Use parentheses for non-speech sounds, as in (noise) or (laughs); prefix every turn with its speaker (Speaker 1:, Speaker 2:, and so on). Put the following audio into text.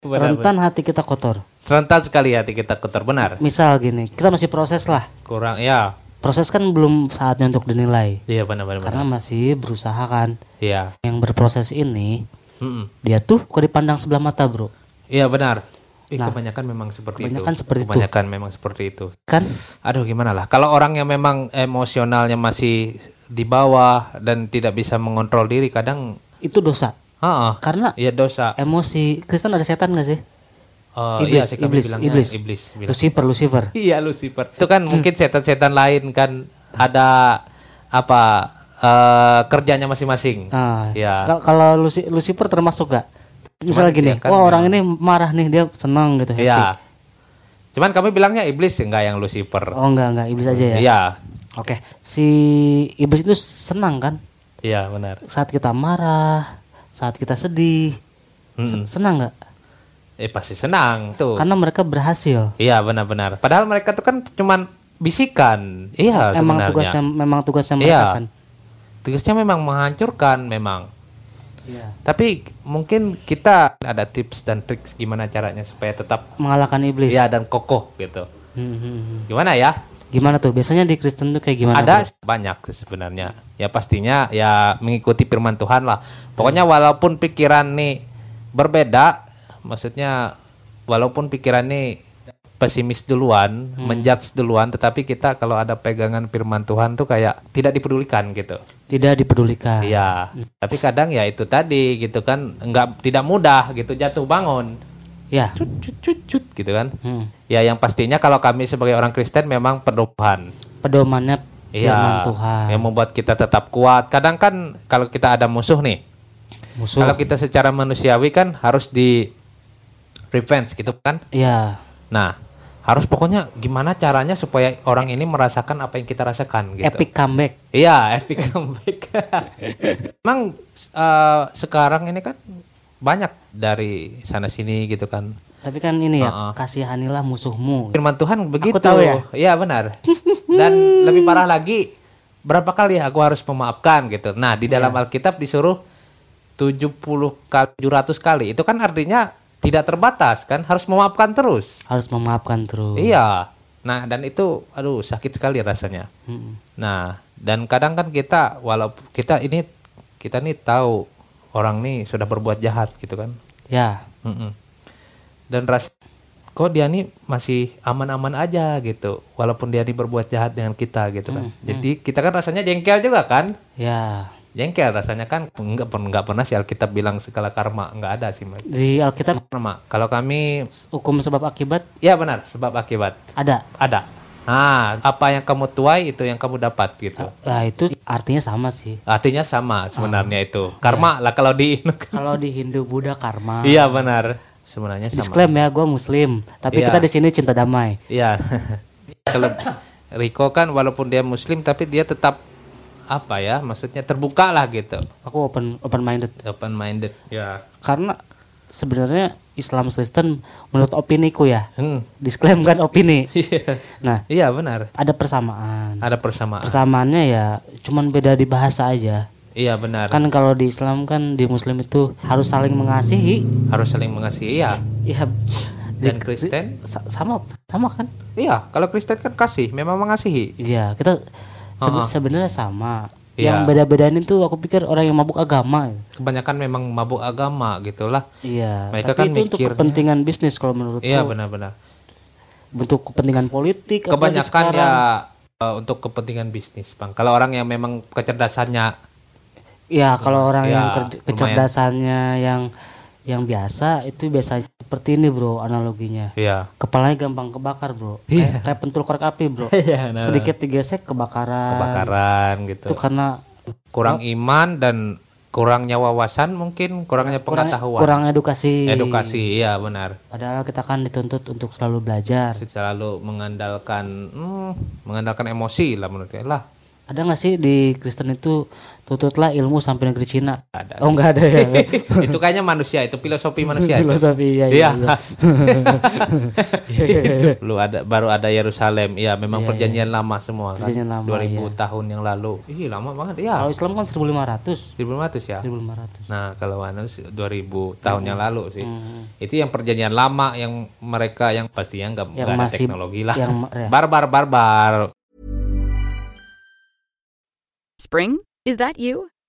Speaker 1: Benar,
Speaker 2: rentan hati kita kotor.
Speaker 1: benar. Serentan sekali hati kita kotor benar.
Speaker 2: Misal gini, kita masih proses lah.
Speaker 1: Kurang ya.
Speaker 2: Proses kan belum saatnya untuk dinilai
Speaker 1: Iya benar benar. benar.
Speaker 2: karena masih berusaha kan.
Speaker 1: Iya.
Speaker 2: Yang berproses ini
Speaker 1: Mm-mm.
Speaker 2: dia tuh kok dipandang sebelah mata, Bro.
Speaker 1: Iya benar. Ih,
Speaker 2: Nah,
Speaker 1: kebanyakan memang seperti
Speaker 2: kebanyakan
Speaker 1: itu.
Speaker 2: seperti itu.
Speaker 1: kebanyakan memang seperti itu.
Speaker 2: Kan?
Speaker 1: Aduh gimana lah. Kalau orang yang memang emosionalnya masih di bawah dan tidak bisa mengontrol diri kadang
Speaker 2: Itu dosa.
Speaker 1: heeh.
Speaker 2: Karena
Speaker 1: Iya dosa.
Speaker 2: emosi Kristen ada setan gak sih?
Speaker 1: Eh,
Speaker 2: iblis,
Speaker 1: iya sih kami
Speaker 2: iblis,
Speaker 1: bilangnya
Speaker 2: iblis.
Speaker 1: iblis bilang.
Speaker 2: Lucifer, Hmm. Lucifer.
Speaker 1: Iya Lucifer. Itu kan mungkin setan-setan lain kan ada apa eh, kerjanya masing-masing.
Speaker 2: Nah,
Speaker 1: Iya.
Speaker 2: kal- kalau Luci- Lucifer termasuk gak? Misalnya gini,
Speaker 1: dia kan
Speaker 2: wah orang ini marah nih, dia senang gitu, happy.
Speaker 1: Iya. Cuman kami bilangnya iblis enggak yang Lucifer.
Speaker 2: Oh enggak, enggak, iblis aja ya.
Speaker 1: Iya.
Speaker 2: Oke, si iblis itu senang kan?
Speaker 1: Iya benar.
Speaker 2: Saat kita marah, saat kita sedih,
Speaker 1: Hmm.
Speaker 2: se- senang nggak?
Speaker 1: Eh pasti senang tuh.
Speaker 2: Karena mereka berhasil.
Speaker 1: Iya benar-benar. Padahal mereka tuh kan cuman bisikan. Iya
Speaker 2: memang
Speaker 1: sebenarnya.
Speaker 2: tugasnya, memang tugasnya mereka
Speaker 1: Iya.
Speaker 2: kan.
Speaker 1: Tugasnya memang menghancurkan memang.
Speaker 2: Iya.
Speaker 1: Tapi mungkin kita ada tips dan triks gimana caranya supaya tetap
Speaker 2: Mengalahkan iblis.
Speaker 1: iya dan kokoh gitu.
Speaker 2: Hmm, hmm, hmm.
Speaker 1: Gimana ya?
Speaker 2: Gimana tuh? Biasanya di Kristen tuh kayak gimana?
Speaker 1: ada
Speaker 2: Bro?
Speaker 1: banyak sih sebenarnya. Ya pastinya ya mengikuti firman Tuhan lah. Pokoknya walaupun pikiran nih berbeda, maksudnya walaupun pikiran nih pesimis duluan,
Speaker 2: Hmm.
Speaker 1: menjudge duluan, tetapi kita kalau ada pegangan firman Tuhan tuh kayak tidak dipedulikan gitu.
Speaker 2: Tidak dipedulikan.
Speaker 1: Iya. Tapi kadang ya itu tadi gitu kan nggak tidak mudah gitu jatuh bangun.
Speaker 2: Ya.
Speaker 1: Cut cut cut cut gitu kan.
Speaker 2: Hmm.
Speaker 1: Ya yang pastinya kalau kami sebagai orang Kristen memang perubahan
Speaker 2: Pedomannya
Speaker 1: Iya,
Speaker 2: firman Tuhan.
Speaker 1: yang membuat kita tetap kuat. Kadang kan kalau kita ada musuh nih,
Speaker 2: Musuh.
Speaker 1: kalau kita secara manusiawi kan harus di revenge gitu kan.
Speaker 2: Iya.
Speaker 1: Nah, harus pokoknya gimana caranya supaya orang ini merasakan apa yang kita rasakan gitu.
Speaker 2: Epic comeback.
Speaker 1: Iya, (laughs) epic comeback. Emang eh, sekarang ini kan banyak dari sana sini gitu kan.
Speaker 2: Tapi kan ini ya,
Speaker 1: Uh-uh.
Speaker 2: kasihanilah musuhmu.
Speaker 1: Firman Tuhan begitu.
Speaker 2: tahu ya.
Speaker 1: Iya benar. Dan lebih parah lagi, berapa kali ya aku harus memaafkan gitu. Nah, di dalam
Speaker 2: Iya.
Speaker 1: Alkitab disuruh 70 kali 700 kali. Itu kan artinya tidak terbatas kan, harus memaafkan terus.
Speaker 2: Harus memaafkan terus.
Speaker 1: Iya. Nah, dan itu aduh sakit sekali rasanya.
Speaker 2: Mm-mm.
Speaker 1: Nah, dan kadang kan kita walaupun kita ini kita nih tahu orang nih sudah berbuat jahat gitu kan.
Speaker 2: Ya.
Speaker 1: Mm-mm. Dan ras kok dia nih masih aman-aman aja gitu, walaupun dia nih berbuat jahat dengan kita gitu kan. Jadi kita kan rasanya jengkel juga kan,
Speaker 2: Ya.
Speaker 1: jengkel rasanya kan nggak pernah nggak pernah si Alkitab bilang segala karma nggak ada sih Mas.
Speaker 2: Di Alkitab
Speaker 1: Karma. Kalau kami
Speaker 2: hukum sebab akibat
Speaker 1: ya benar sebab akibat
Speaker 2: ada.
Speaker 1: ada. Nah, apa yang kamu tuai itu yang kamu dapat gitu.
Speaker 2: Nah, itu artinya sama sih.
Speaker 1: Artinya sama sebenarnya itu. Karma lah kalau di (laughs)
Speaker 2: Kalau di Hindu Buddha karma.
Speaker 1: Iya benar. Sebenarnya sama.
Speaker 2: Disclaim ya, gue muslim. Tapi
Speaker 1: Iya.
Speaker 2: kita di sini cinta damai.
Speaker 1: Iya. (laughs) Kalau Riko kan walaupun dia muslim tapi dia tetap apa ya? Maksudnya terbuka lah gitu.
Speaker 2: Aku open open minded.
Speaker 1: Open minded. Ya.
Speaker 2: Karena sebenarnya Islam Kristen menurut opiniku ya.
Speaker 1: Hmm.
Speaker 2: Disclaim kan opini.
Speaker 1: (laughs) Iya.
Speaker 2: Nah,
Speaker 1: Iya benar.
Speaker 2: ada persamaan.
Speaker 1: Ada persamaan.
Speaker 2: Persamaannya ya cuman beda di bahasa aja.
Speaker 1: Iya benar.
Speaker 2: Kan kalau di Islam kan di muslim itu harus saling mengasihi.
Speaker 1: Harus saling mengasihi. Iya.
Speaker 2: Ya di-
Speaker 1: Dan Kristen?
Speaker 2: sa- sama sama kan?
Speaker 1: Iya. Kalau Kristen kan kasih, memang mengasihi.
Speaker 2: Iya, kita se-
Speaker 1: Uh-uh.
Speaker 2: sebenarnya sama.
Speaker 1: Iya.
Speaker 2: Yang beda-bedain itu aku pikir orang yang mabuk agama. ya.
Speaker 1: Kebanyakan memang mabuk agama gitulah.
Speaker 2: Iya.
Speaker 1: Mereka
Speaker 2: tapi
Speaker 1: kan
Speaker 2: itu untuk
Speaker 1: mikirnya-
Speaker 2: kepentingan bisnis kalau menurut
Speaker 1: Iya benar-benar.
Speaker 2: Untuk kepentingan politik. apalagi
Speaker 1: Kebanyakan
Speaker 2: sekarang.
Speaker 1: ya eh, untuk kepentingan bisnis, Bang. Kalau orang yang memang kecerdasannya
Speaker 2: Ya kalau
Speaker 1: Ya,
Speaker 2: orang yang kerja-
Speaker 1: lumayan.
Speaker 2: kecerdasannya yang yang biasa itu biasa seperti ini bro analoginya.
Speaker 1: ya
Speaker 2: Kepalanya gampang kebakar bro.
Speaker 1: Iya.
Speaker 2: Kayak, kayak pentul korek api bro.
Speaker 1: (laughs) Iya, nah.
Speaker 2: Sedikit digesek kebakaran.
Speaker 1: kebakaran
Speaker 2: Ah. Itu
Speaker 1: gitu.
Speaker 2: karena
Speaker 1: Kurang iman dan kurangnya wawasan mungkin, kurangnya
Speaker 2: kurang,
Speaker 1: pengetahuan.
Speaker 2: kurang edukasi.
Speaker 1: edukasi, iya benar.
Speaker 2: Padahal kita kan dituntut untuk selalu belajar.
Speaker 1: Iya. Selalu mengandalkan hmm, mengandalkan emosi lah menurut saya lah. (laughs)
Speaker 2: Ada nggak sih di Kristen itu tututlah ilmu sampai negeri Cina?
Speaker 1: Ada
Speaker 2: Oh nggak ada ya.
Speaker 1: itu kayaknya manusia itu
Speaker 2: (laughs)
Speaker 1: filosofi (laughs) manusia itu.
Speaker 2: Filosofi ya.
Speaker 1: Iya.
Speaker 2: Iya. iya. (laughs)
Speaker 1: (laughs) Lu ada baru ada Yerusalem. Iya, memang perjanjian lama semua kan.
Speaker 2: Perjanjian lama, iya.
Speaker 1: 2000 tahun yang lalu. Ih, lama banget. Iya.
Speaker 2: Kalau Islam kan 1500.
Speaker 1: 1500 ya.
Speaker 2: 1500.
Speaker 1: Nah, kalau anu sih 2000 tahun
Speaker 2: Hmm.
Speaker 1: yang lalu sih. Itu yang perjanjian lama yang mereka yang pastinya nggak
Speaker 2: Yang
Speaker 1: nggak ada
Speaker 2: masih-
Speaker 1: teknologi lah.
Speaker 2: yang ma- ya.
Speaker 1: Barbar barbar.
Speaker 3: Spring? Is that you?